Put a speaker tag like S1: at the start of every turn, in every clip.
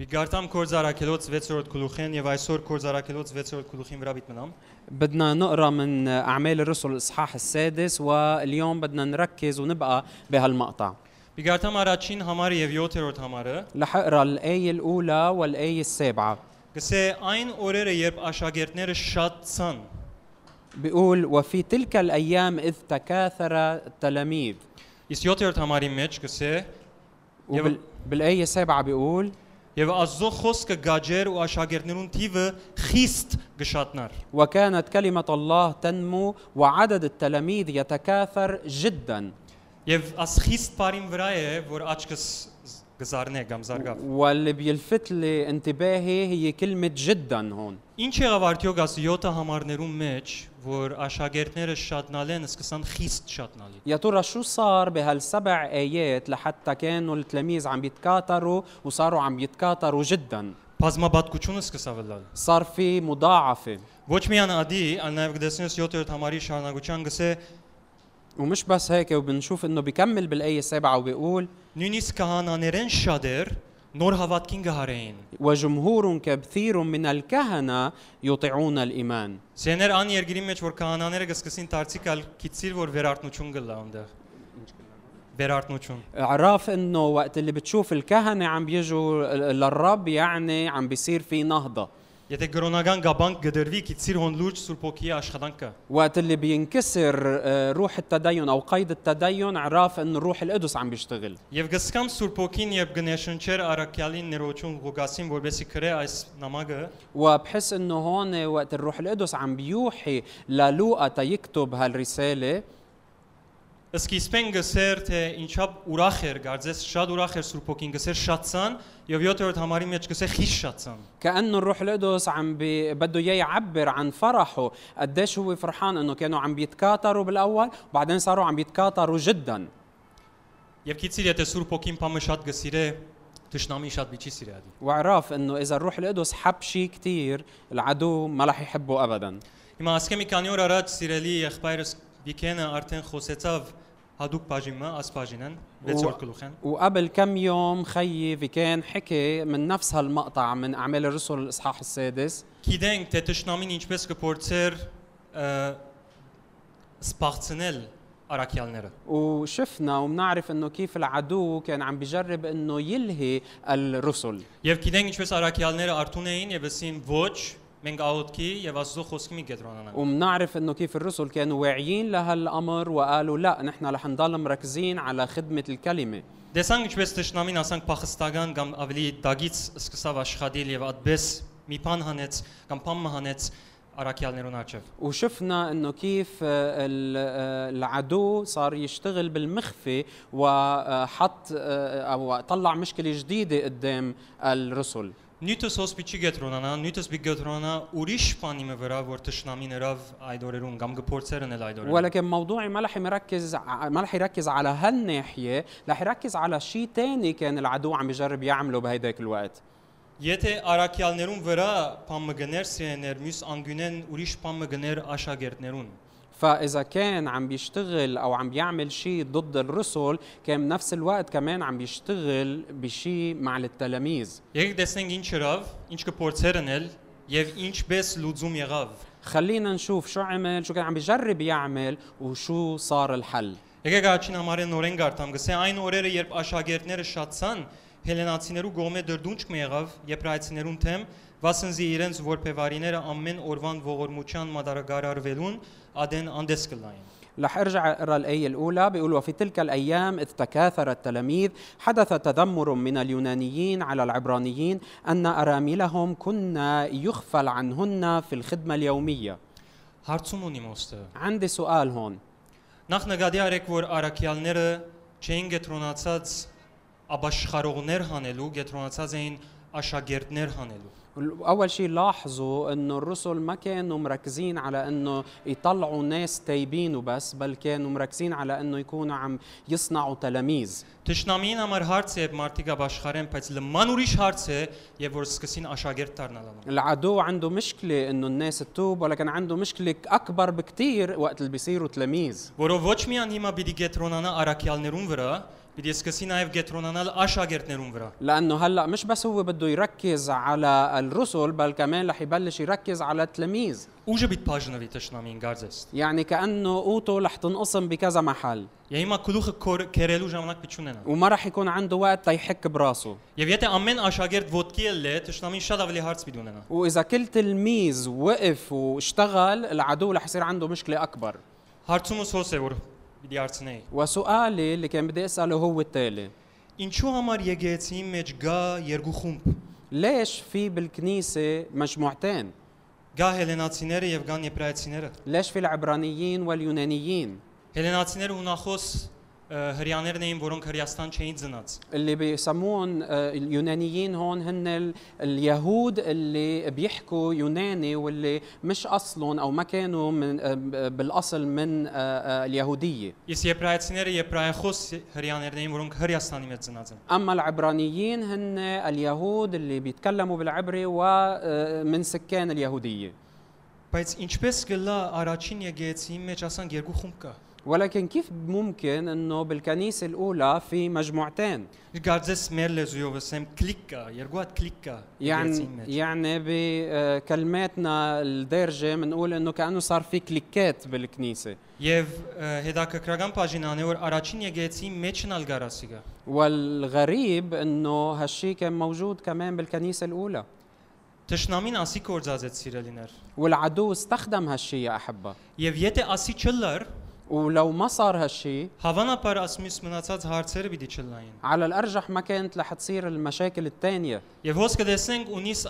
S1: Միգարտամ կորզարակելոց 6-րդ գլուխին եւ այսօր կորզարակելոց 6-րդ գլուխին վրա բիտ մնամ։
S2: بدنا نقرا من اعمال الرسل الاصحاح السادس واليوم بدنا نركز ونبقى بهالمقطع
S1: Միգարտամ առաջին համարը եւ 7-րդ համարը
S2: رح اقرا الايه الاولى والايه السابعه
S1: գսե այն օրերը, երբ աշակերտները շատ ցան,
S2: بيقول وفي تلك الايام اذ تكاثر التلاميذ
S1: իսկ 7-րդ համարի մեջ գսե
S2: وبال... بالايه السابعه بيقول
S1: եւ Աստծո խոսքը գաջեր ու աշակերտներուն թիվը խիստ գշատնար։
S2: وكانت كلمه الله تنمو وعدد التلاميذ يتكاثر جدا
S1: Եվ աս խիստ բարին վրա է, որ աչքս զ- գզարնե կամ զարգա։
S2: واللي بيلفت لي انتباهي هي كلمه جدا هون
S1: Ինչ եղավ արդյոք աս 7 համարներուն մեջ, որ աշակերտները շատնալեն, սկսան խիստ շատնալ։
S2: يا ترى شو صار بهالسبع آيات لحتى كانوا التلاميذ عم يتكاثروا وصاروا عم يتكاثروا جدا
S1: Բազմաբատկությունը սկսավ լալ։
S2: صار في مضاعفة
S1: Ոչ միան ադի, այլ նաև գտեսնես 7-րդ համարի շարունակության գսե
S2: ومش بس هيك وبنشوف انه بكمل بالآية السابعة وبيقول
S1: նույնիսկ քահանաներեն շադեր նոր հավատքին գահարեին։
S2: وجمهور كثير من الكهنة يطيعون الإيمان
S1: Սեներ ան երկրի մեջ որ քահանաները գսկսին դարձիկ ալ քիցիլ որ վերարտնություն գլա այնտեղ։ Վերարտնություն։
S2: عرف انه وقت اللي بتشوف الكهنة عم بيجوا للرب يعني عم بيصير في نهضة
S1: Եթե գրոնական գաբանք գդրվի քիցիլ հոն լուրջ Սուրբ ոգի աշխատանքը։
S2: وقت اللي بينكسر آه، روح التدين او قيد التدين عرف انه روح القدس عم بيشتغل
S1: Եվ գսկամ Սուրբ ոգին եւ գնեշնչեր Արաքյալին ներողություն գոգասին որբեսի քրե այս նամակը
S2: وبحس انه هون وقت الروح القدس عم بيوحي للوقا تيكتب هالرساله
S1: Սկիզբեն գսեր թե ինչապ ուրախ էր, գարձես շատ ուրախ էր Սուրբ ոգին գսեր շատցան եւ 7-րդ համարի մեջ գսեր խիշ շատցան։
S2: كانه الروح القدس عم بي بده اياه يعبر عن فرحه قديش هو فرحان انه كانوا عم بيتكاثروا بالاول وبعدين صاروا عم بيتكاثروا جدا
S1: Եվ քիցիր եթե Սուրբ ոգին փամը շատ գսիրե, ճշնամի շատ բիչի սիրե ադի։
S2: وعرف انه اذا الروح القدس حب شيء كثير العدو ما رح يحبه ابدا
S1: Հիմա ասկե մի քանի օր առաջ սիրելի եղբայրս Վիկենը արդեն խոսեցավ հadoop բաժինը, աս բաժինն, 6-րդ գլուխեն։
S2: وقبل كم يوم خيي في كان حكي من نفس هالمقطع من اعمال الرسل الاصحاح السادس
S1: Գիտենք թե ճշնամին ինչպես կփորձեր ը, սպացնել Արաքյալները։
S2: وشفنا وبنعرف انه كيف العدو كان عم بيجرب انه يلهي الرسل
S1: Եվ գիտենք ինչպես արաքյալները արթուն էին եւ ասին ոչ, մենք աուտքի եւ Աստծո խոսքի մի կենտրոնանանք։
S2: وبنعرف انه كيف الرسل كانوا واعيين لهالامر وقالوا لا نحن رح نضل مركزين على خدمه الكلمه
S1: Դեսանք Դե ինչպես ճշնամին ասանք փախստական կամ ավելի դագից սկսավ աշխատել եւ այդպես մի բան հանեց կամ բան հանեց արաքյալներուն աճով։
S2: وشفنا انه كيف آه، ال- آه، العدو صار يشتغل بالمخفي وحط آه، او طلع مشكله جديده قدام الرسل
S1: Նյութս հոսպիտի կենտրոնանա, նյութս մի կենտրոնանա ուրիշ բանի մը վրա, որ ճշնամին հրավ այդ օրերուն կամ գործերն էլ այդ օրերուն։
S2: ولكن موضوعي ما رح يركز ع- ما رح يركز على هالناحيه رح يركز على شيء تاني كان العدو عم يجرب يعمله بهيداك الوقت
S1: Եթե արաքյալներուն վրա բան մը գներ սիրեներ, մյուս անգունեն ուրիշ բան մը գներ աշակերտներուն։
S2: فاذا كان عم بيشتغل او عم بيعمل شيء ضد الرسل كان بنفس الوقت كمان عم بيشتغل بشيء مع التلاميذ
S1: Եկեք տեսնենք ինչ հրավ, ինչ կփորձերն էլ եւ ինչպես լուծում եղավ։
S2: خلينا نشوف شو عمل شو كان عم بيجرب يعمل وشو صار الحل
S1: Եկեք առաջին համարը նորեն գարտամ գսե այն օրերը, երբ աշակերտները շատցան, հելենացիներու գոմե դրդունջ մի եղավ եբրայցիներուն թեմ, վասնզի իրենց որբևարիները ամեն օրվան ողորմության մադարագարարվելուն ադեն անդես կլային։
S2: رح ارجع اقرا الايه الاولى بيقول وفي تلك الايام اذ تكاثر التلاميذ حدث تذمر من اليونانيين على العبرانيين ان اراملهم كنا يغفل عنهن في الخدمه اليوميه
S1: Հարցում ունի մոստը։
S2: عندي سؤال هون
S1: Նախ նկատի արեք, որ արաքյալները չէին գետրոնացած աբաշխարողներ հանելու, գետրոնացած էին աշակերտներ հանելու։
S2: اول شيء لاحظوا انه الرسل ما كانوا مركزين على انه يطلعوا ناس تايبين وبس بل كانوا مركزين على انه يكونوا عم يصنعوا تلاميذ
S1: Տշնամին համար հարց է մարդիկ աշխարհեն, բայց լման ուրիշ հարց է, եւ որ սկսին աշակերտ դառնալ։ անում։
S2: العدو عنده مشكلة انه الناس تتوب ولكن عنده مشكلة اكبر بكتير وقت اللي بيصيروا تلاميذ
S1: Որով ոչ միան հիմա պիտի գետրոնանա արաքյալներուն վրա, Պիտի սկսի նաև գետրոնանալ աշակերտներուն վրա։
S2: لانه هلا مش بس هو بده يركز على الرسل بل كمان رح يبلش يركز على التلاميذ
S1: Ուժը պիտի բաժնվի տշնամին գարձես։
S2: يعني كانه قوته رح تنقسم بكذا محل
S1: Եվ հիմա գլուխը կոր- կերելու ժամանակ պիտի ունենա։
S2: وما رح يكون عنده وقت تيحك براسه
S1: Եվ եթե ամեն աշակերտ ոդկի էլ է, տշնամին շատ ավելի հարց պիտի ունենա։
S2: واذا كل تلميذ وقف واشتغل العدو رح يصير عنده مشكله اكبر
S1: Հարցումս հոս է որ պիտի արցնեի։
S2: وسؤالي اللي كان بدي اساله هو التالي
S1: Ինչու համար եկեղեցիի մեջ գա երկու խումբ։
S2: ليش في بالكنيسه مجموعتين
S1: Գա հելենացիները եւ գան եբրայացիները։
S2: ليش في العبرانيين واليونانيين
S1: Հելենացիները ունախոս ը, հрьяաներն էին, որոնք Հրյաստան չէին ծնած։
S2: اللي بيسمون آه، اليونانيين هون هن ال- اليهود اللي بيحكوا يوناني واللي مش اصلهم او ما كانوا من آه، بالاصل من آه، آه، اليهوديه
S1: Իսկ եբրայացիները եբրայախոս հрьяաներն էին, որոնք Հրյաստանի մեջ ծնած են։
S2: اما العبرانيين هن اليهود اللي بيتكلموا بالعبري ومن سكان اليهوديه
S1: Բայց ինչպես գլա առաջին եկեղեցիի մեջ ասան երկու խումբ կա։
S2: ولكن كيف ممكن انه بالكنيسه الاولى في مجموعتين
S1: Գարձես մեր լեզուով ասեմ կլիկ կա, երկու հատ կլիկ կա
S2: يعني
S1: եկեղեցիի մեջ։
S2: يعني بكلماتنا الدارجه بنقول انه كانه صار في كليكات بالكنيسه
S1: Եվ ը, հետաքրքրական բաժինան է որ առաջին եկեղեցիի մեջն ալ գարասի գա։
S2: والغريب انه هالشي كان موجود كمان بالكنيسه الاولى
S1: Տշնամին ասի կորձածեց սիրելիներ։
S2: والعدو استخدم هالشي يا احبه
S1: Եվ եթե ասի չլար,
S2: ولو ما صار هالشي
S1: հավանաբար ասմիս մնացած հարցերը պիտի չլային։
S2: على الارجح ما كانت رح تصير المشاكل الثانيه
S1: Եվ հոս կտեսնենք ունիս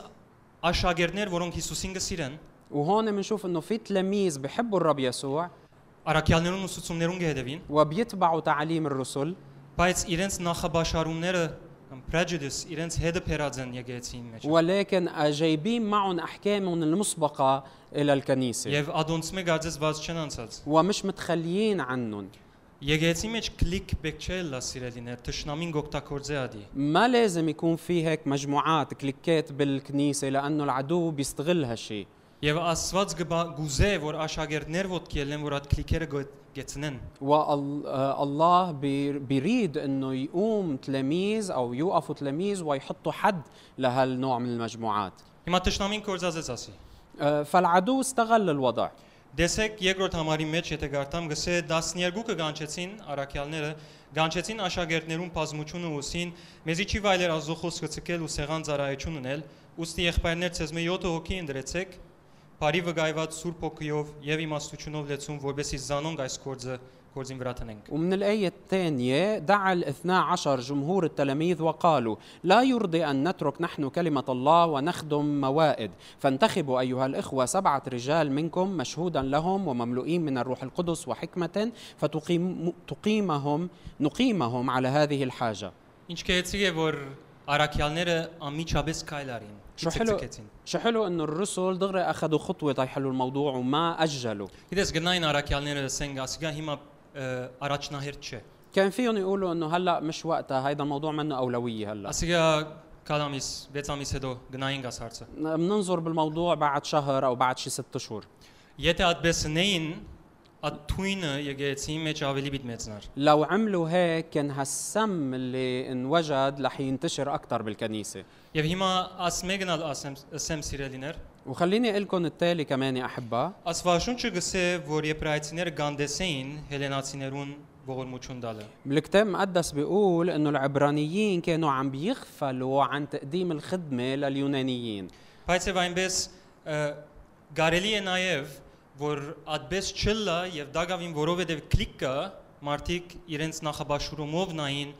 S1: աշակերտներ, որոնք Հիսուսին կսիրեն,
S2: وهون بنشوف انه في تلاميذ بحبوا الرب يسوع
S1: առաքյալներուն ուսուցումներուն կհետևին,
S2: وبيتبعوا تعاليم الرسل
S1: բայց իրենց նախաբաշարումները կամ prejudice իրենց հետը փերած են եկեղեցին մեջ։
S2: ولكن جايبين معهم احكامهم المسبقه الى الكنيسه
S1: Եվ ադոնց մեկ արձես բաց չեն անցած։
S2: ومش متخليين عنهم
S1: Եկեղեցի մեջ կլիկ բեք չէ լա սիրելիներ, ճշնամին գոկտակորձե ադի։
S2: ما لازم يكون في هيك مجموعات كليكات بالكنيسه لانه العدو بيستغل هالشي
S1: Եվ Աստված գբա գուզե, որ աշակերտներ ոտքի ելեն, որ այդ կլիկերը գո- գեցնեն։
S2: والله آه، بيريد انه يقوم تلاميذ او يوقفوا تلاميذ ويحطوا حد لهالنوع من المجموعات
S1: Հիմա ճշնամին կորձածեց ասի։
S2: آه، فالعدو استغل الوضع
S1: Դեսեք երկրորդ համարի մեջ եթե գարտամ գսե 12-ը գանչեցին արաքյալները, գանչեցին աշակերտներուն բազմությունը ուսին, մեզի չի վայելեր ազոխոս գցկել ու սեղան ծարայություն ունել, ուստի եղբայրներ ցեզ մի 7 հոգի ընդրեցեք, բարի վկայված Սուրբ ոգիով եւ իմաստությունով լեցուն, որբեսի զանոնք այս կորձը կորձին վրա տնենք։
S2: ومن الآية الثانية دعا الاثنى عشر جمهور التلاميذ وقالوا لا يرضي أن نترك نحن كلمة الله ونخدم موائد فانتخبوا أيها الإخوة سبعة رجال منكم مشهودا لهم ومملوئين من الروح القدس وحكمة فتقيم تقيمهم نقيمهم على هذه الحاجة
S1: Ինչ կեցի է որ արաքյալները անմիջապես կայլարին։
S2: شو حلو شو حلو انه الرسل دغري اخذوا خطوه تيحلوا الموضوع وما اجلوا
S1: Գիտես գնային արաքյալները ասենք ասիկա հիմա ը, առաջնահերթ չէ։
S2: كان فيهم يقولوا انه هلا مش وقتها هيدا الموضوع منه اولويه هلا
S1: Ասիկա կալամիս, վեցամիս հետո գնային գաս հարցը։
S2: بننظر بالموضوع بعد شهر او بعد شي ست شهور
S1: Եթե այդպես նեին, աթույնը եկեցի մեջ ավելի պիտ մեծնար։
S2: لو عملوا هيك كان هالسم اللي انوجد رح ينتشر اكثر بالكنيسه
S1: Եվ հիմա ասմեգնալ ասեմ, ասեմ սիրելիներ,
S2: وخليني اقول لكم التالي كمان يا احبه
S1: ասվաշունչը գսե, որ եբրայցիները գանդեսեին հելենացիներուն ողորմություն տալը։
S2: بالكتاب المقدس بيقول انه العبرانيين كانوا عم بيغفلوا عن تقديم الخدمه لليونانيين
S1: Բայց եւ այնպես ը, գարելի է նաեւ, որ այդպես չլա եւ դակավին որովհետեւ կլիկը մարդիկ իրենց նախաբաշխումով նային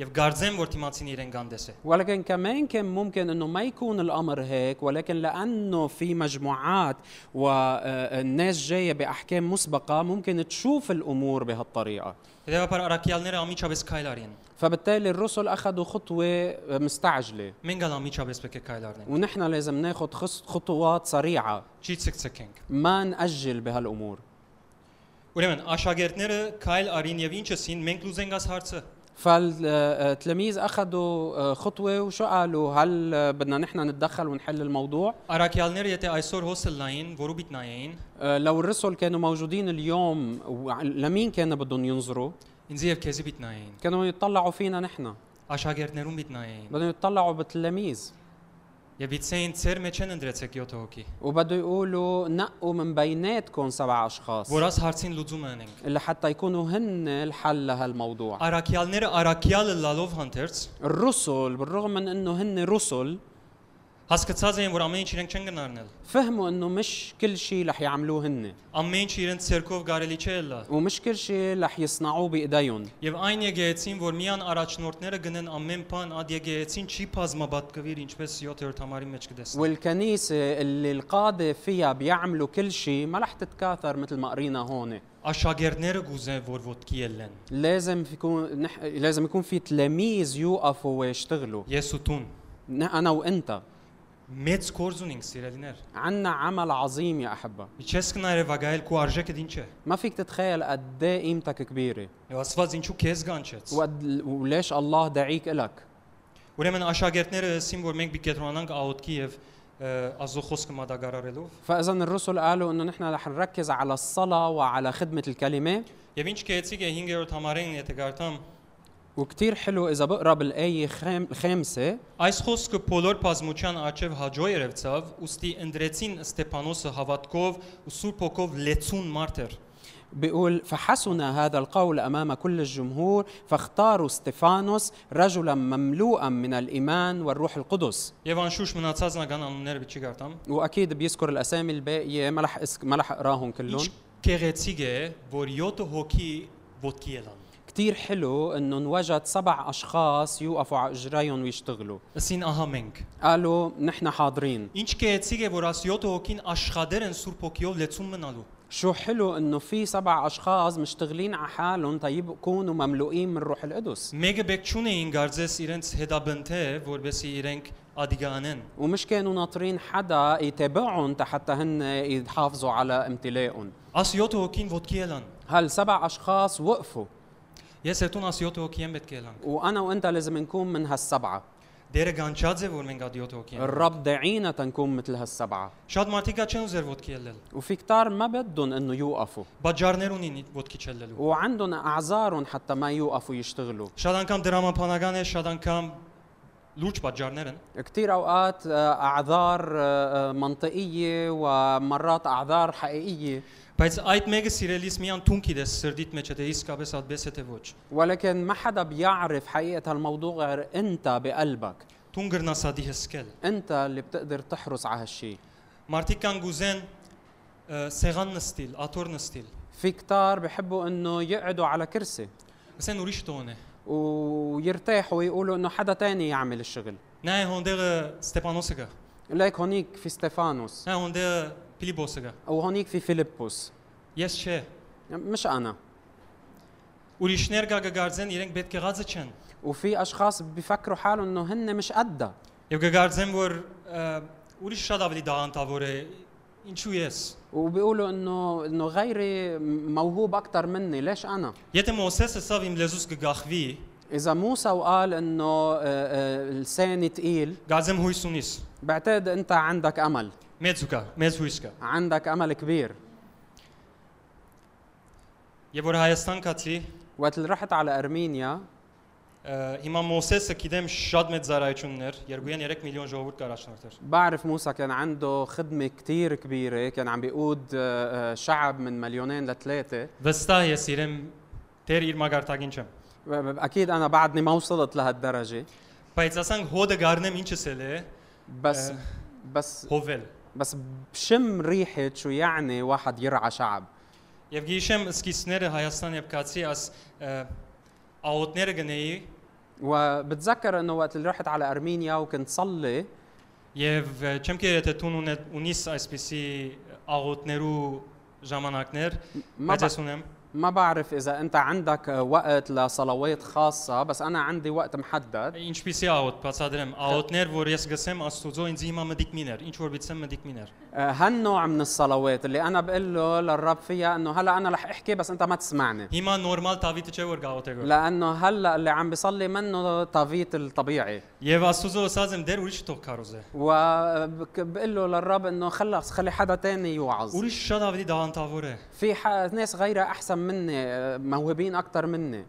S1: եւ գարձեն, որ դիմացին իրեն գանդեսե։
S2: ولكن كمان كان ممكن انه ما يكون الامر هيك ولكن لانه في مجموعات آه، والناس جايه باحكام مسبقه ممكن تشوف الامور بهالطريقه
S1: Հետևաբար արաքյալները ամիջապես քայլարին։
S2: فبالتالي الرسل اخذوا خطوه مستعجله
S1: Մենք ալ ամիջապես պետք է քայլարնենք։
S2: ونحن لازم ناخذ خص- خطوات سريعه
S1: Չի ցկցկենք։
S2: ما ناجل بهالامور
S1: Ուրեմն աշակերտները քայլ արին եւ ինչսին մենք լուզենք աս հարցը։
S2: فالتلاميذ اخذوا آه، خطوه وشو قالوا هل آه، بدنا نحن نتدخل ونحل الموضوع
S1: Արաքյալները եթե այսօր հոսել լային, որուբիտ նային,
S2: آه، لو الرسل كانوا موجودين اليوم وع- لمين كان بدهم ينظروا
S1: ինձ եւ քեզի պիտի նայեին
S2: كانوا يتطلعوا فينا نحن
S1: աշակերտներուն պիտի նայեին
S2: بدهم يتطلعوا بالتلاميذ
S1: եւ իցեին ծեր մեջ են ընդրեցեք 7 հոգի
S2: وبده يقولوا نقوا من بيناتكم سبع اشخاص
S1: որას հարցին լուծում ունենք
S2: اللي حتى يكونوا هن الحل لهالموضوع
S1: արաքյալները արաքյալը լալով հանդերձ
S2: الرسل بالرغم من انه هن رسل
S1: հասկացած էին որ ամեն ինչ իրենք չեն գնարնել
S2: فهموا انه مش كل شيء رح يعملوه هن
S1: ամեն ինչ իրենց ցերկով գարելի չէ լա
S2: ومش كل شيء رح يصنعوه بايديهم
S1: Եվ այն եկեղեցին, որ միան առաջնորդները գնեն ամեն բան, այդ եկեղեցին չի բազմաբատկվիր ինչպես 7-րդ համարի մեջ կտեսնես։
S2: والكنيسة اللي القادة فيها بيعملوا كل شيء ما رح تتكاثر مثل ما قرينا هون
S1: Աշակերտները գուզեն, որ ոդկի ելեն։
S2: لازم يكون نح... لازم يكون في تلاميذ يوقفوا ويشتغلوا
S1: Ես ու տուն
S2: ن- انا وانت
S1: մեծ գործ ունենք, սիրելիներ։
S2: عنا عمل عظيم يا احبه
S1: Ինչես կներև ագայել քու արժեքը դինչ է։
S2: ما فيك تتخيل قد ايه قيمتك كبيره
S1: Եվ Աստված ինչու քեզ գանչեց։
S2: وقد وليش الله دعيك إلك
S1: Ուրեմն աշակերտները ասին, որ մենք պիտի կենտրոնանանք աուտքի եւ ը, Աստծո խոսքը մատակարարելով։
S2: فاذا الرسل قالوا انه نحن رح نركز على الصلاه وعلى خدمه الكلمه
S1: Եվ ինչ կեցիկ է 5-րդ համարին, եթե գարտամ,
S2: وكتير حلو اذا بقرا بالايه خام- الخامسه
S1: Այս խոսքը բոլոր բազմության աչև հաջո երևցավ, ուստի ընդրեցին Ստեփանոսը հավատքով ու Սուրբ ոգով լեցուն մարտեր։
S2: بيقول فحسن هذا القول امام كل الجمهور فاختاروا ستيفانوس رجلا مملوءا من الايمان والروح القدس
S1: Եվ անշուշտ մնացած նական անունները չի գարտամ։
S2: واكيد بيذكر الاسامي الباقيه ما رح أس- ما رح اقراهم
S1: Ինչ
S2: كلهم
S1: կեղեցիկ է, որ 7 հոգի ոդկի ելան։
S2: كتير حلو انه انوجد سبع اشخاص يوقفوا على اجريهم ويشتغلوا
S1: Ասին ահա մենք։
S2: قالوا نحن حاضرين
S1: Ինչ կեղեցիկ է, որ աս 7 հոգին աշխատեր են Սուրբ ոգիով լեցուն մնալու։
S2: شو حلو انه في سبع اشخاص مشتغلين على حالهم طيب يكونوا مملوئين من روح القدس
S1: Մեկը բեք չունեին գարձես իրենց հետաբնթե, որբեսի իրենք ադիգանեն։
S2: ومش كانوا ناطرين حدا يتابعهم حتى هن يحافظوا على امتلاءهم
S1: Աս 7 հոգին ոդկի ելան։
S2: هل سبع اشخاص وقفوا
S1: Ես երթուն աս 7 հոգի եմ պետք է ելան։
S2: وانا وانت لازم نكون من هالسبعه
S1: Դերը գանչած է, որ մենք այդ 7 հոգի ենք։
S2: الرب داعينا تنكون مثل هالسبعه
S1: Շատ մարդիկ ա չեն ուզեր ոդկի ելնել։
S2: وفي كتار ما بدهم انه يوقفوا
S1: Բաժարներ ունին ոդկի չելնելու։
S2: وعندهم اعذارهم حتى ما يوقفوا يشتغلوا
S1: Շատ անգամ դրամապանական է, շատ անգամ լուրջ բաժարներ են։
S2: كتير اوقات آه، اعذار آه، آه، منطقيه ومرات اعذار حقيقيه
S1: Բայց այդ մեկը սիրելիս միան թուն գիտես սրդիդ մեջ է, թե իսկապես այդպես է թե ոչ։
S2: ولكن ما حدا بيعرف حقيقة هالموضوع غير أنت بقلبك
S1: Թուն գրնասադի հսկել։
S2: أنت اللي بتقدر تحرص على هالشي
S1: Մարդիկ կան գուզեն ը, սեղան նստիլ, աթոռ նստիլ։
S2: في كتار بحبوا أنه يقعدوا على كرسي
S1: Ասեն ուրիշ տոն է։
S2: ويرتاحوا ويقولوا أنه حدا تاني يعمل الشغل
S1: Նա է հոնդեղը Ստեփանոսը գա։
S2: ليك هونيك في ستيفانوس
S1: Նա հոնդեղը Ֆիլիպոսը գա։
S2: أو هونيك في فيلبس
S1: Ես չէ։
S2: مش أنا
S1: Ուրիշներ գա գարձեն իրենք պետք է ղածը չեն։
S2: وفي أشخاص بيفكروا حالهم أنه هن مش قدها
S1: Եվ գարձեմ որ ը, ուրիշ շատ ավելի դահանտավոր է։ Ինչու ես։
S2: وبيقولوا انه انه غيري موهوب اكثر مني ليش انا
S1: Եթե Մոսեսը սավ իմ լեզուս կգախվի,
S2: اذا موسى وقال انه آه، آه، لساني ثقيل
S1: գազեմ հույս ունիս։
S2: بعتقد انت عندك امل
S1: Մեծ ուկա, մեծ հույս կա։
S2: عندك امل كبير
S1: Եվ որ Հայաստան կացի,
S2: وقت اللي رحت على ارمينيا
S1: ը, հիմա Մոսեսը գիտեմ շատ մեծ զարայություններ, 2.3 միլիոն ժողովուրդ կար աշնորթեր։
S2: بعرف موسى كان عنده خدمة كتير كبيرة كان عم بيقود آه، آه، شعب من مليونين لثلاثة
S1: Վստահ ես իրեմ դեր իր մագարտակին չեմ։
S2: ب- ب- أكيد أنا بعدني ما وصلت لهالدرجة
S1: Բայց ասանք հոդը գառնեմ ինչս էլ է,
S2: بس
S1: آه.
S2: بس
S1: հովել։
S2: بس بشم ريحة شو يعني واحد يرعى شعب
S1: Եվ գիշեմ սկիզբները Հայաստան եւ կացի աս ը, աոտները գնեի
S2: وبتذكر انه وقت اللي رحت على ارمينيا وكنت صلي
S1: եւ ը, չեմ կերել թե տուն ունե- ունիս այսպիսի աոտներու ժամանակներ,
S2: ما
S1: բայց
S2: بع-
S1: ես ունեմ։
S2: ما بعرف اذا انت عندك وقت لصلوات خاصه بس انا عندي وقت محدد
S1: Ինչպեսի աուտ բացադրեմ, աուտներ, որ ես գսեմ Աստուծո ինձ հիմա մդիկմիներ, ինչ որ բիցեմ մդիկմիներ։
S2: آه، هالنوع من الصلوات اللي انا بقول له للرب فيها انه هلا انا رح احكي بس انت ما تسمعني
S1: Հիմա նորմալ Դավիթը չէ որ գաուտե գոր։
S2: لانه هلا اللي عم بيصلي منه طبيعه الطبيعي
S1: Եվ Աստուծո ասած եմ դեր ուրիշ թող կարոզե։
S2: وبقول له للرب انه خلص خلي حدا تاني يوعظ
S1: Ուրիշ շատ ավելի դահանտավոր է։
S2: في ح- ناس غيرها احسن مني آه، موهوبين اكثر مني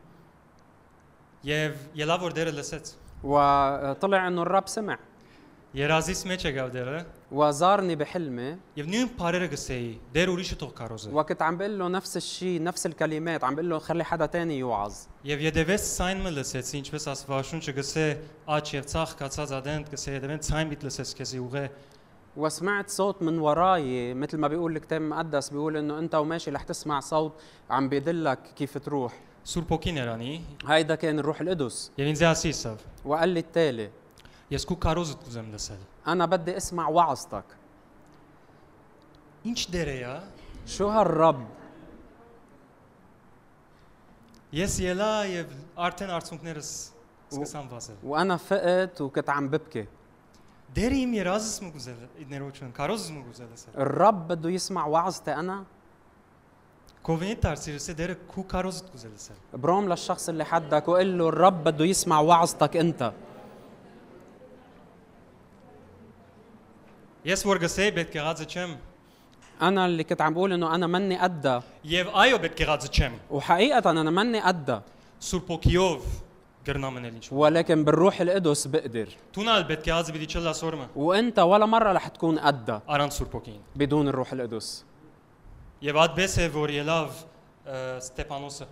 S1: եւ ելավ որ դերը լսեց։
S2: وطلع انه الرب سمع
S1: Երազից մեջ եկավ դերը
S2: وزارني بحلمي
S1: եւ նույն բարերը գսեի։ Դեր ուրիշը թող կարոզը։
S2: وكنت عم بقول له نفس الشيء نفس الكلمات عم بقول له خلي حدا تاني يوعظ
S1: Եվ յետևես ցայնը լսեցի, ինչպես աստվածաշունչը գսե, աճ եւ ցախ կացած ադենտ գսե յետևեն ցայն միտ լսես քեզի ուղե։
S2: وسمعت صوت من وراي مثل ما بيقول الكتاب المقدس بيقول انه انت وماشي رح تسمع صوت عم بيدلك كيف تروح
S1: Սուրբ ոգին երանի
S2: هيدا كان الروح القدس
S1: եւ ինձ ասիսավ։
S2: وقال لي التالي
S1: Ես քու կարոզը կուզեմ լսել։
S2: انا بدي اسمع وعظتك
S1: Ինչ դեր է ա։
S2: شو هالرب
S1: Ես ելա եւ արդեն արցունքներս սկսան վազել։
S2: وانا فقت وكنت عم ببكي
S1: Դեր իմ երազս մը գուզել, ներողություն, կարոզս մը գուզել ասել։
S2: الرب بده يسمع وعظتي انا
S1: Կովենի դարձիրս է դերը քու կարոզը գուզել ասել։
S2: بروم للشخص اللي حدك وقل له الرب بده يسمع وعظتك انت
S1: Ես որ գսեի պետք է ղածը չեմ
S2: انا اللي كنت عم بقول انه انا مني قدها
S1: եւ այո պետք է ղածը չեմ։
S2: وحقيقه انا مني قدها
S1: Սուրբ ոգիով գրնամնել ինչ։
S2: ولكن بالروح القدس بقدر
S1: Տունալ պետք է ղածը պիտի չլաս օրը
S2: وانت ولا مره رح تكون قدها
S1: առանց Սուրբ ոգին։
S2: بدون الروح القدس
S1: Եվ այդպես է որ ելավ ը, Ստեփանոսը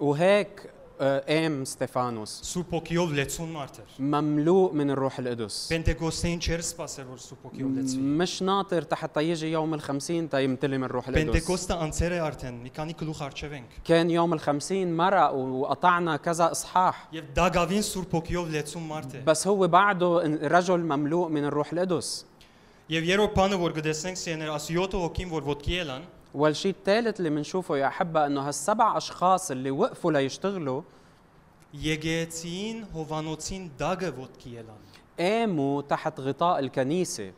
S2: وهيك آه، قام ستيفانوس
S1: Սուրբ ոգիով լեցուն մարդ էր։
S2: مملوء من الروح القدس
S1: Պենտեկոստեին չէր սпасել որ Սուրբ ոգիով լեցվի։
S2: مش ناطر حتى يجي يوم الخمسين تا يمتلي من الروح القدس
S1: Պենտեկոստը անցեր է արդեն, մի քանի գլուխ արჩევենք։
S2: كان يوم الخمسين مرق وقطعنا كذا إصحاح
S1: Եվ Դագավին Սուրբ ոգիով լեցուն մարդ է։
S2: بس هو بعده إن- رجل مملوء من الروح القدس
S1: Եվ երրորդ բանը որ գտեսնենք սեներ աս 7 հոգին որ ոդկի ելան,
S2: والشيء الثالث اللي بنشوفه يا أحبة إنه هالسبع أشخاص اللي وقفوا ليشتغلوا
S1: Եգեցին Հովանոցին Դագը ոդկի ելան։
S2: قاموا تحت غطاء الكنيسة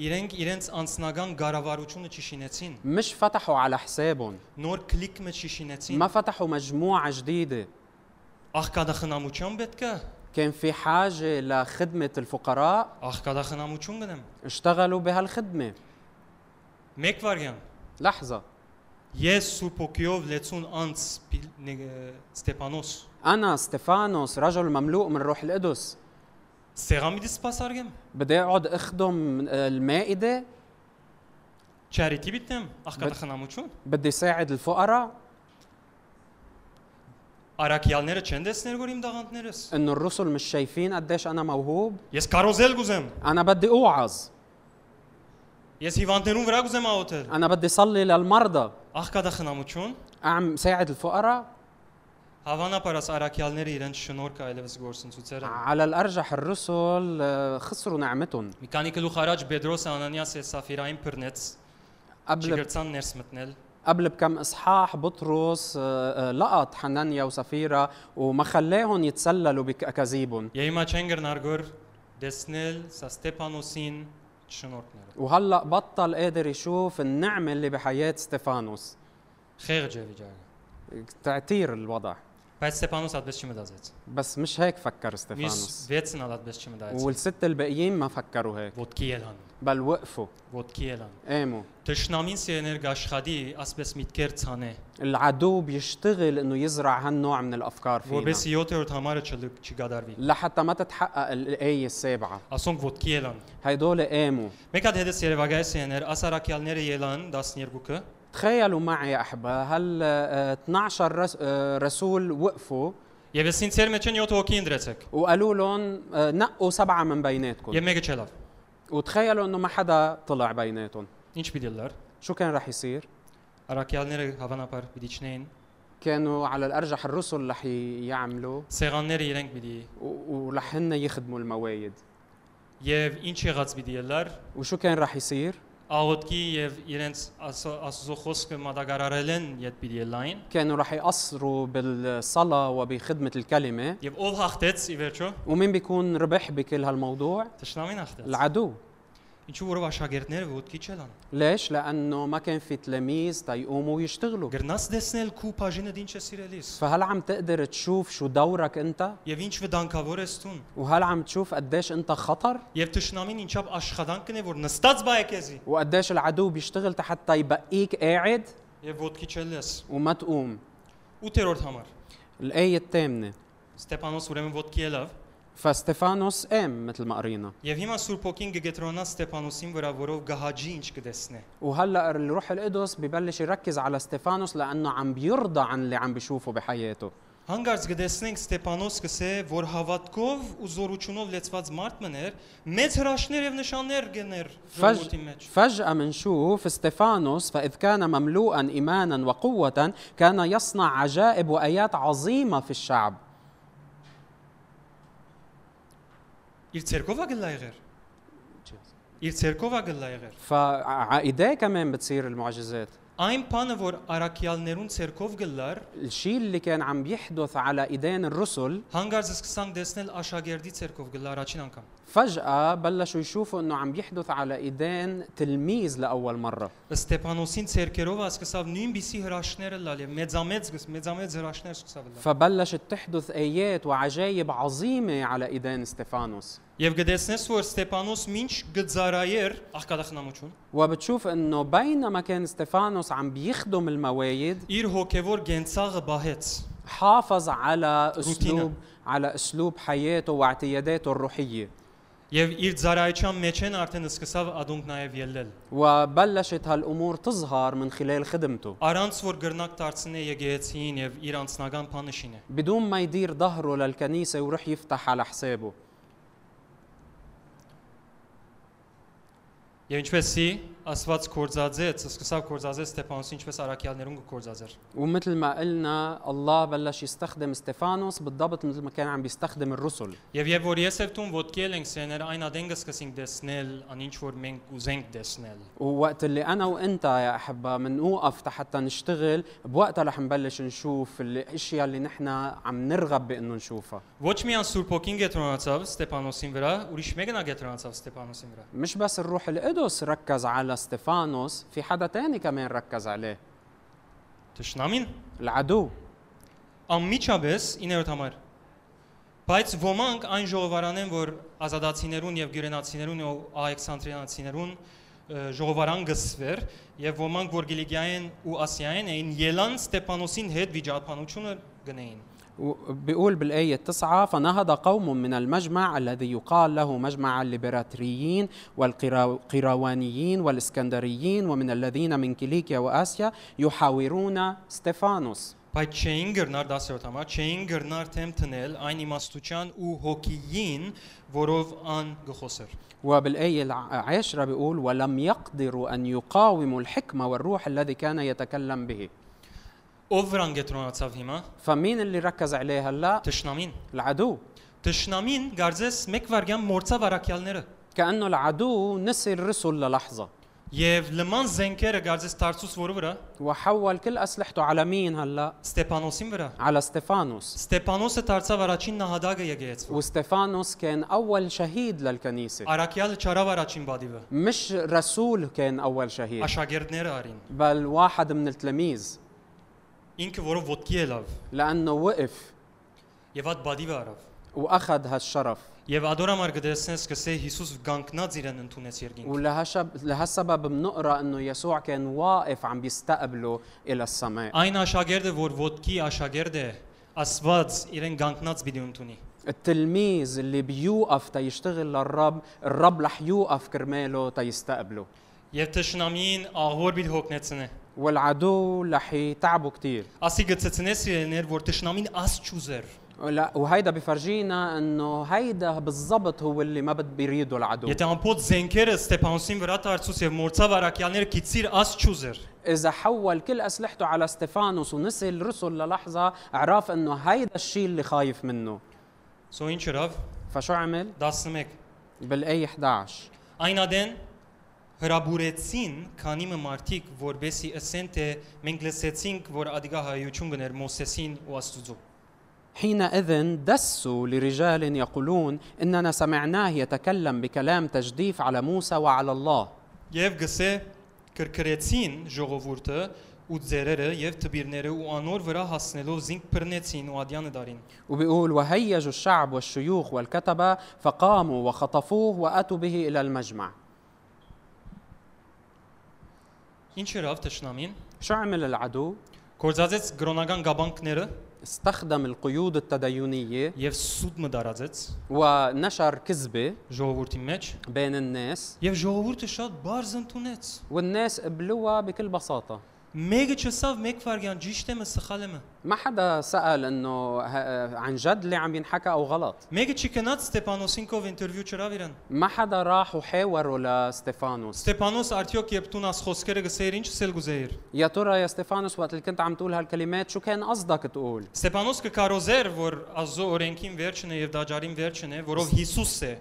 S1: Իրենք իրենց անձնական ղարավարությունը չշինեցին,
S2: مش فتحوا على حسابهم
S1: նոր քլիկ մեջ չշինեցին։
S2: ما فتحوا مجموعة جديدة
S1: Աղկադախնամություն պետք է,
S2: كان في حاجة لخدمة الفقراء
S1: աղկադախնամություն գնեմ։
S2: اشتغلوا بهالخدمة
S1: Մեկ վարյան։
S2: لحظة
S1: Ես Սուրբ ոգիով լեցուն անց Պիլ- նե- Ստեփանոս
S2: أنا ستيفانوس رجل مملوء من روح القدس
S1: Սեղամիդի սпасարգեմ։
S2: بدي أقعد أخدم المائدة
S1: Չարիտի բիտեմ, աղկադախնամություն։
S2: بدي ساعد الفقراء
S1: Արաքյալները չեն դեսներ որ իմ դաղանդներս։
S2: إنه الرسل مش شايفين قديش أنا موهوب
S1: Ես կարոզել գուզեմ։
S2: أنا بدي أوعظ
S1: Ես հիվանդներուն վրա գուզեմ աոթել։
S2: أنا بدي صلي للمرضى
S1: Աղկադախնամություն։
S2: أعم ساعد الفقراء
S1: Հավանաբար աս արաքյալները իրենց շնորհք այլևս գործընծուցերը։
S2: على الأرجح الرسل آه، خسروا نعمتهم
S1: Մի քանի գլուխ առաջ Պետրոսը Անանիասը Սաֆիրային բռնեց,
S2: قبل
S1: շիգրցան ներս մտնել։
S2: قبل بكم إصحاح بطرس آه، آه، لقط حنانيا وسفيرة وما خلاهم يتسللوا بأكاذيبهم
S1: Եվ հիմա չեն գրնարգոր դեսնել սա Ստեփանոսին շնորհքները։
S2: وهلا بطل قادر يشوف النعمة اللي بحياة ستيفانوس
S1: Խեղճ է վիճակը։
S2: تعتير الوضع
S1: Բայց Ստեփանոս այդպես չմտածեց։
S2: بس مش هيك فكر
S1: Միս
S2: ستيفانوس
S1: վեցն ալ այդպես չմտածեց։
S2: والست الباقيين ما فكروا هيك
S1: Ոտքի ելան,
S2: بل وقفوا
S1: ոտքի ելան։
S2: قاموا
S1: Տշնամին սեներ գաշխադի, ասպես միտքեր ցանե,
S2: العدو بيشتغل انه يزرع هالنوع من الافكار فينا
S1: որբես 7-րդ համարը չլ- չգադարվի։
S2: لحتى ما تتحقق الآية السابعة
S1: Ասոնք ոտքի ելան։
S2: هيدول قاموا
S1: Մեկ հատ հետս Երևանայից եներ ասարակյալները ելան 12-ը
S2: تخيلوا معي يا أحبة هل آه، 12 رس- آه، رسول وقفوا
S1: եւ ես ինձ երմեջն 7 հոգի ընդրեցեք։
S2: وقالوا لهم آه، نقوا سبعة من بيناتكم
S1: Եմ մեկը չելավ։
S2: وتخيلوا انه ما حدا طلع بيناتهم
S1: Ինչ պիտի լար։
S2: شو كان رح يصير؟
S1: Արակյալները հավանաբար պիտի չնեին,
S2: كانوا على الأرجح الرسل رح ي- يعملوا
S1: սեղանները իրենք պիտի
S2: و- ورح هن يخدموا الموايد
S1: եւ ինչ եղած պիտի լար։
S2: وشو كان رح يصير؟
S1: Աղոտքի եւ իրենց ասո- աստծո խոսքը մատակարարել են իդ պիտի լայն։
S2: كانوا رح يقصروا بالصلاة وبخدمة الكلمة
S1: Եվ ով հաղթեց ի վերջո։
S2: ومين بيكون ربح بكل هالموضوع؟
S1: Տշնամին հաղթեց։
S2: العدو
S1: Ինչու որով աշակերտները ոտքի չելան։
S2: ليش؟ لأنه ما كان في تلاميذ تيقوموا ويشتغلوا
S1: Գրնաս դեսնել քու բաժինը դինչ է սիրելիս։
S2: فهل عم تقدر تشوف شو دورك أنت؟
S1: Եվ ինչ վտանգավոր ես տուն։
S2: وهل عم تشوف قديش أنت خطر؟
S1: Եվ տշնամին ինչապ աշխատանքն է որ նստած բայ եկեզի։
S2: وقديش العدو بيشتغل حتى يبقيك قاعد
S1: Եվ ոդքի չելես։
S2: وما تقوم
S1: 8-րդ համար։
S2: الآية الثامنة
S1: Ստեփանոս ուրեմն ոդկի ելավ
S2: فستيفانوس قام مثل ما قرينا
S1: եւ հիմա Սուրբ Օքին գգետրոնա Ստեփանոսին վրա, որով գահաջի ինչ կտեսնե։
S2: وهلا الروح القدس ببلش يركز على ستيفانوس لانه عم بيرضى عن اللي عم بيشوفه بحياته
S1: Հանգարց գտեսնենք Ստեփանոս կսե, որ հավատքով ու զորությունով լեցված մարդ մներ, մեծ հրաշներ եւ նշաններ գներ
S2: فج...
S1: ժողովրդի մեջ։
S2: فجأة منشوف ستيفانوس فإذ كان مملوءا إيمانا وقوة كان يصنع عجائب وآيات عظيمة في الشعب
S1: Իր ցերկովա գլա եղեր։ Իր ցերկովա գլա եղեր։
S2: فعائداه كمان بتصير المعجزات
S1: Այն բանը, որ Արաքյալներուն ցերկով գլար,
S2: الشيء اللي كان عم بيحدث على ايدين الرسل
S1: հանգարց սկսանք դեսնել աշակերտի ցերկով գլա առաջին անգամ։
S2: فجأة بلشوا يشوفوا انه عم بيحدث على ايدين تلميذ لأول مرة
S1: Ստեփանոսին ցերկերով ասկսավ նույնպիսի հրաշները լալ եւ մեծամեծ մեծամեծ հրաշներ սկսավ լալ։
S2: فبلشت تحدث ايات وعجائب عظيمة على ايدين ستيفانوس
S1: Եվ գտեսնես, որ Ստեփանոս ինչ գծարայեր աղկալախնամություն,
S2: وبتشوف انه بينما كان ستيفانوس عم بيخدم الموايد
S1: իր հոգևոր գենցաղը բահեց։
S2: حافظ على اسلوب
S1: روتينة.
S2: على اسلوب حياته واعتياداته الروحية
S1: Եվ իր ծարայության մեջ են արդեն սկսավ ադունք նաև ելնել։
S2: وبلشت هالامور تظهر من خلال خدمته
S1: Առանց որ գրնակ դարձնե եկեղեցին եւ իր անձնական փանշին է։
S2: بدون ما يدير ظهره للكنيسة ويروح يفتح على حسابه
S1: Եվ ինչպեսի Աստված կորզածեց, սկսավ կորզածեց Ստեփանոսին, ինչպես Արաքյալներուն կորզածեր։
S2: ومثل ما قلنا الله بلش يستخدم ستيفانوس بالضبط مثل ما كان عم بيستخدم الرسل
S1: Եվ երբ որ ես եւ տուն ոդկել ենք սեներ այն ադենգը սկսենք դեսնել, ան ինչ որ մենք ուզենք դեսնել։
S2: ووقت اللي انا وانت يا احبه بنوقف حتى نشتغل بوقتها رح نبلش نشوف الاشياء اللي نحن عم نرغب بانه نشوفها
S1: Ոչ միայն Սուրբ Օքին գետրոնացավ Ստեփանոսին վրա, ուրիշ մեկն ա գետրոնացավ Ստեփանոսին վրա։
S2: مش بس الروح القدس ركز على ستيفانوس في حدا تاني كمان ركز عليه
S1: Տշնամին
S2: العدو
S1: Անմիջապես 9-րդ համար։ Բայց ոմանք այն ժողովարան են, որ ազատացիներուն եւ գիրենացիներուն ու ալեքսանդրիանացիներուն ը, ժողովարան գսվեր եւ ոմանք որ գիլիգիային ու ասիային էին ելան Ստեփանոսին հետ վիճապանությունը գնային։
S2: و- بيقول بالآية التسعة فنهض قوم من المجمع الذي يقال له مجمع الليبراتريين والقيروانيين والإسكندريين ومن الذين من كيليكيا وآسيا يحاورون ستيفانوس
S1: Բայց չէին գրնար 10-րդ համար, չէին գրնար թեմ տնել այն իմաստության ու հոգիին, որով ան գխոսեր։
S2: وبالآية العاشرة بيقول ولم يقدروا أن يقاوموا الحكمة والروح الذي كان يتكلم به
S1: Ով վրան գետրոնացավ հիմա։
S2: فمين اللي ركز عليه هلا
S1: Տշնամին։
S2: العدو
S1: Տշնամին գարձես մեկ վարգյան մորցավ արաքյալները։
S2: كأنه العدو نسي الرسل للحظة
S1: Եվ լման զենքերը գարձես Տարսուս որը վրա,
S2: وحول كل أسلحته على مين هلا
S1: Ստեփանոսին վրա։
S2: على ستيفانوس
S1: Ստեփանոսը դարձավ առաջին նահատակը եկեղեցու։
S2: وستيفانوس كان أول شهيد للكنيسة
S1: Արաքյալը չարավ առաջին բադիվը։
S2: مش رسول كان أول شهيد
S1: Աշակերտները արին։
S2: بل واحد من التلاميذ
S1: Ինքը որով ոդկի ելավ
S2: لأنه وقف
S1: եւ այդ բադիվը արավ։
S2: وأخذ هالشرف
S1: Եվ ադորամար գտեսնես կսե Հիսուս գանկնած իրեն ընդունեց երկինք։
S2: ولهالشب- لهالسبب بنقرا انه يسوع كان واقف عم بيستقبله الى السماء
S1: Այն աշակերտը, որ ոդկի աշակերտ է, Աստված իրեն գանկնած պիտի ընդունի։
S2: التلميذ اللي بيوقف تيشتغل للرب الرب رح يوقف كرماله تيستقبله
S1: Եվ Տշնամին աղոր պիտի հոգնեցնե։
S2: والعدو رح يتعبه كثير
S1: Ասի գծեցնես իրեներ, որ Տշնամին աս չուզեր։
S2: وهيدا بفرجينا انه هيدا بالضبط هو اللي ما بد بيريده العدو
S1: Եթե ամփոփ զենքերը Ստեփանոսին վրա դարձուց եւ մորցավ արաքյալները գիծիր աս չուզեր։
S2: اذا حول كل اسلحته على ستيفانوس ونسي الرسل للحظه عرف انه هيدا الشيء اللي خايف منه
S1: Սո ինչ հրավ
S2: فشو عمل
S1: 11
S2: بالاي 11
S1: Այն ադեն հրաբուրեցին քանի մը մարդիկ որբեսի ասեն թե մենք լսեցինք որ ադիգա հայություն գներ Մոսեսին ու Աստուծո
S2: حينئذ دسوا لرجال يقولون اننا سمعناه يتكلم بكلام تجديف على موسى وعلى الله
S1: եւ գսե կրկրեցին ժողովուրդը ու ձերերը եւ թբիրները ու անոր վրա հասնելով զինք բռնեցին ու ադյանը դարին
S2: وبيقول وهيجوا الشعب والشيوخ والكتبه فقاموا وخطفوه واتوا به الى المجمع
S1: ինչ հրավ տշնամին
S2: شو عمل العدو
S1: կորզածեց գրոնական գաբանքները
S2: استخدم القيود التدينية
S1: եւ սուտ մտարածեց
S2: ونشر كذبة
S1: ժողովրդի մեջ
S2: بين الناس
S1: եւ ժողովուրդը շատ բարձ ընդունեց։
S2: والناس قبلوها بكل بساطة
S1: Մեկը չսավ մեկ վարյան ճիշտ է մը սխալ է մը։
S2: ما حدا سأل انه ه- عن جد اللي عم ينحكى او غلط
S1: Մեկը չկնաց Ստեփանոսին կով ինտերվյու չրավ իրան։
S2: ما حدا راح وحاوروا لستيفانوس
S1: Ստեփանոս արդյոք երբ տուն աս խոսքերը գսեր ինչ սել գուզեիր։
S2: يا ترى يا ستيفانوس وقت اللي كنت عم تقول هالكلمات شو كان قصدك تقول
S1: Ստեփանոս կկարոզեր որ ազո օրենքին վերջն է եւ դաջարին վերջն է, որով Հիսուս է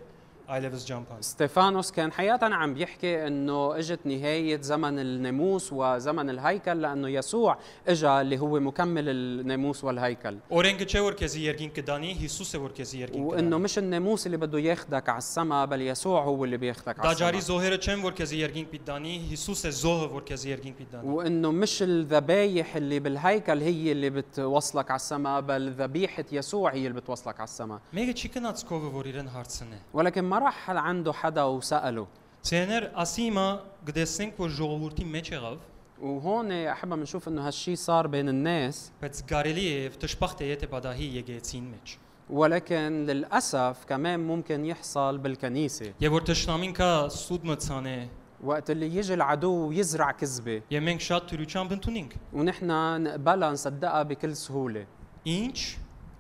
S1: այլևս ջամփան։
S2: ستيفانوس كان حقيقة عم بيحكي انه اجت نهاية زمن الناموس وزمن الهيكل لانه يسوع اجا اللي هو مكمل الناموس والهيكل
S1: Օրենքը չէ որ քեզի երկին կդանի, Հիսուս է որ քեզի երկին
S2: وانه
S1: կդանի։
S2: مش الناموس اللي بده ياخدك على السما بل يسوع هو اللي بياخدك على
S1: Դաջարի
S2: السما
S1: զոհերը չեն որ քեզի երկին պիտանի, Հիսուս է զոհը որ քեզի երկին պիտանի։
S2: وانه مش الذبايح اللي بالهيكل هي اللي بتوصلك على السما بل ذبيحة يسوع هي اللي بتوصلك على السما
S1: Մեկը չկնաց կովը որ իրեն հարցնե։
S2: ولكن ما راح عنده حدا وسأله
S1: Ցեներ ասիմա գտեսնենք որ ժողովրդի մեջ եղավ,
S2: وهون احب بنشوف انه هالشي صار بين الناس
S1: բայց գարելի է եւ դժբախտ է եթե բադահի եկեցին մեջ։
S2: ولكن للاسف كمان ممكن يحصل بالكنيسه
S1: Եվ որ ճշնամին կա սուտ մցանե,
S2: وقت اللي يجي العدو يزرع كذبه
S1: եւ մենք շատ թյուրությամբ ընդունենք։
S2: ونحن نقبلها نصدقها بكل سهوله
S1: Ինչ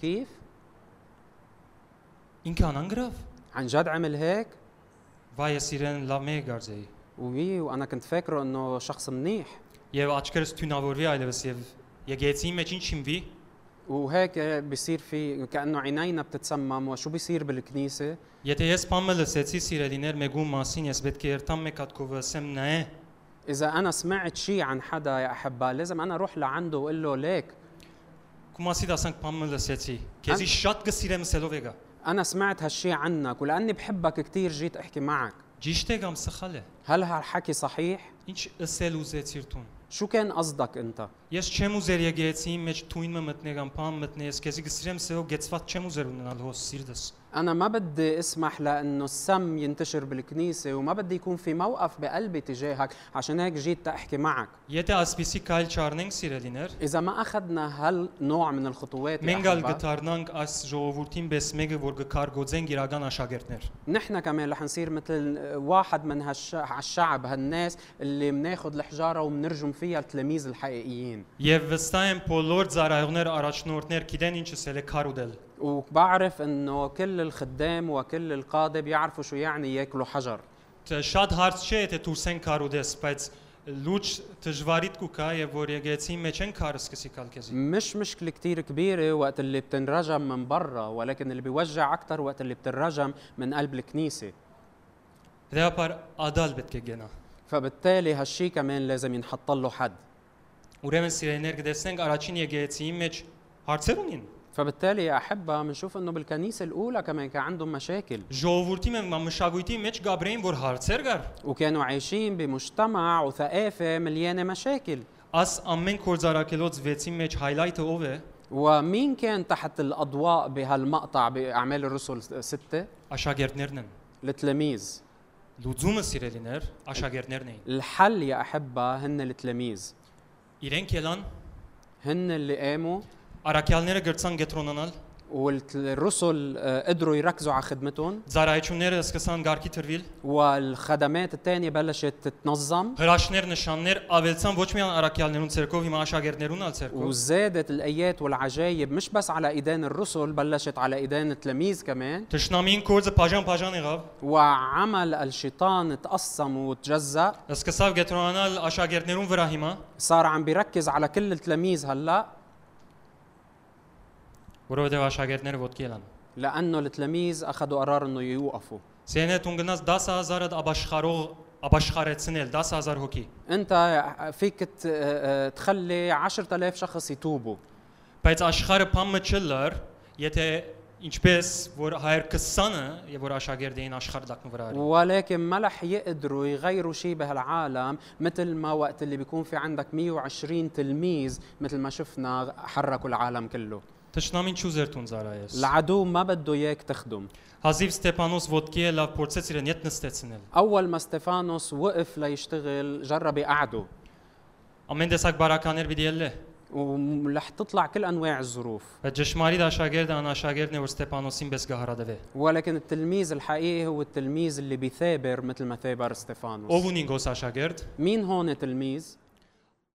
S2: كيف
S1: ինքան անգրավ։
S2: عن جد عمل هيك
S1: Վայս իրեն լավ մեկ արձեի։
S2: وي وانا كنت فاكره انه شخص منيح
S1: Եվ աչքերս թյունավորվի այլևս եւ եկեցին մեջ ինչ հիմվի։
S2: وهيك بصير في كانه عينينا بتتسمم وشو بصير بالكنيسه
S1: Եթե ես բամը լսեցի սիրելիներ մեկու մասին, ես պետք է երթամ մեկ հատ կովը ասեմ նայե։
S2: اذا انا سمعت شيء عن حدا يا احباء لازم انا اروح لعنده واقول له ليك
S1: Կումասի դասանք բամը լսեցի։ Քեզի շատ գսիրեմ սելով եկա։
S2: انا سمعت هالشي عنك ولاني بحبك كثير جيت احكي معك
S1: Ճիշտ է կամ սխալ է։
S2: هل هالحكي صحيح
S1: Ինչ ասել ուզեցիր դու։
S2: شو كان قصدك انت
S1: Ես չեմ ուզեր եկեցի մեջ թույնը մտնել կամ բամ մտնել, ես քեզի գսիրեմ սելով գեցված չեմ ուզեր ունենալ հո սիրտս։
S2: انا ما بدي اسمح لانه السم ينتشر بالكنيسه وما بدي يكون في موقف بقلبي تجاهك عشان هيك جيت تحكي معك
S1: Եթե ասպիսի կայլ չառնենք սիրելիներ,
S2: اذا ما اخذنا هالنوع من الخطوات يا
S1: մենք ալ
S2: أحبة،
S1: գտարնանք այս ժողովրդին պես մեկը, որ գկարգոծեն իրական աշակերտներ։
S2: نحن كمان رح نصير مثل آه، واحد من هالش... هالشعب هالناس اللي بناخذ الحجاره وبنرجم فيها التلاميذ الحقيقيين
S1: Եվ վստահ եմ բոլոր ծառայողներ առաջնորդներ գիտեն ինչ ասել է քարուդել։
S2: وبعرف انه كل الخدام وكل القاده بيعرفوا شو يعني ياكلوا حجر
S1: Դ- Շատ հարց չէ, եթե դուրսեն քարուդես, բայց լուճ դժվարիտ կուքա եւ որ եկեցի մեջ են քարը սկսի կալ քեզի։
S2: مش مشكلة كتير كبيرة وقت اللي بتنرجم من برا ولكن اللي بيوجع أكتر وقت اللي بتنرجم من قلب الكنيسة
S1: Դեպար ադալ պետք է գնա։
S2: فبالتالي هالشي كمان لازم ينحط له حد
S1: Ուրեմն սիրելիներ գտեսնենք առաջին եկեցի մեջ հարցեր ունին։
S2: فبالتالي يا أحبة بنشوف إنه بالكنيسة الأولى كمان كان عندهم مشاكل
S1: Ժողովրդի մեմ մշակույթի մեջ գաբրեին որ հարցեր կար։
S2: وكانوا عايشين بمجتمع وثقافة مليانة مشاكل
S1: Աս ամեն կորցարակելոց 6-ի մեջ highlight-ը ով է։
S2: ومين كان تحت الأضواء بهالمقطع بأعمال الرسل ستة؟
S1: Աշակերտներն են։
S2: التلاميذ
S1: Լուծումը սիրելիներ, աշակերտներն էին։
S2: الحل يا أحبة هن التلاميذ
S1: Իրենք ելան,
S2: هن اللي قاموا
S1: արաքյալները գրցան գետրոնանալ,
S2: والرسل آه، قدروا يركزوا على خدمتهم
S1: ծառայությունները սկսան գարկի թրվել,
S2: والخدمات الثانية بلشت تتنظم
S1: հրաշներ, նշաններ ավելցան ոչ միայն արաքյալներուն ցերկով, հիմա աշակերտներուն ալ ցերկով։
S2: وزادت الآيات والعجائب مش بس على إيدين الرسل بلشت على إيدين التلاميذ كمان
S1: Տշնամին կորձը բաժան-բաժան եղավ,
S2: وعمل الشيطان تقسم وتجزأ
S1: սկսավ գետրոնանալ աշակերտներուն վրա հիմա,
S2: صار عم بيركز على كل التلاميذ هلا
S1: որովհետև աշակերտները ոտքի ելան։
S2: لأنه التلاميذ أخذوا قرار إنه يوقفوا
S1: Սենետուն գնաց 10000-ը աբաշխարող աբաշխարեցնել 10000 հոգի։
S2: أنت فيك ت- آه، آه، تخلي 10000 شخص يتوبوا
S1: Բայց աշխարհը փամը չլար, եթե ինչպես որ հայր կսանը եւ որ աշակերտային աշխարհ դակն վրա արի։
S2: ولكن ما رح يقدروا يغيروا شيء بهالعالم مثل ما وقت اللي بيكون في عندك 120 تلميذ مثل ما شفنا حركوا العالم كله
S1: Տշնամին ճուզեր տուն զարայես։
S2: العدو ما بده اياك تخدم
S1: Հազիվ Ստեփանոս ոդկի է լավ փորձեց իրեն յետ նստեցնել։
S2: اول ما ستيفانوس وقف ليشتغل جرب يقعده
S1: Ամեն տեսակ բարականներ պիտի ելնե։
S2: ورح تطلع كل انواع الظروف
S1: Բայց ճշմարիտ աշակերտը անաշակերտն է, որ Ստեփանոսին պես կհարադվե։
S2: ولكن التلميذ الحقيقي هو التلميذ اللي بيثابر مثل ما ثابر
S1: Ով
S2: استفانوس
S1: ունի գոս աշակերտ,
S2: مين هون تلميذ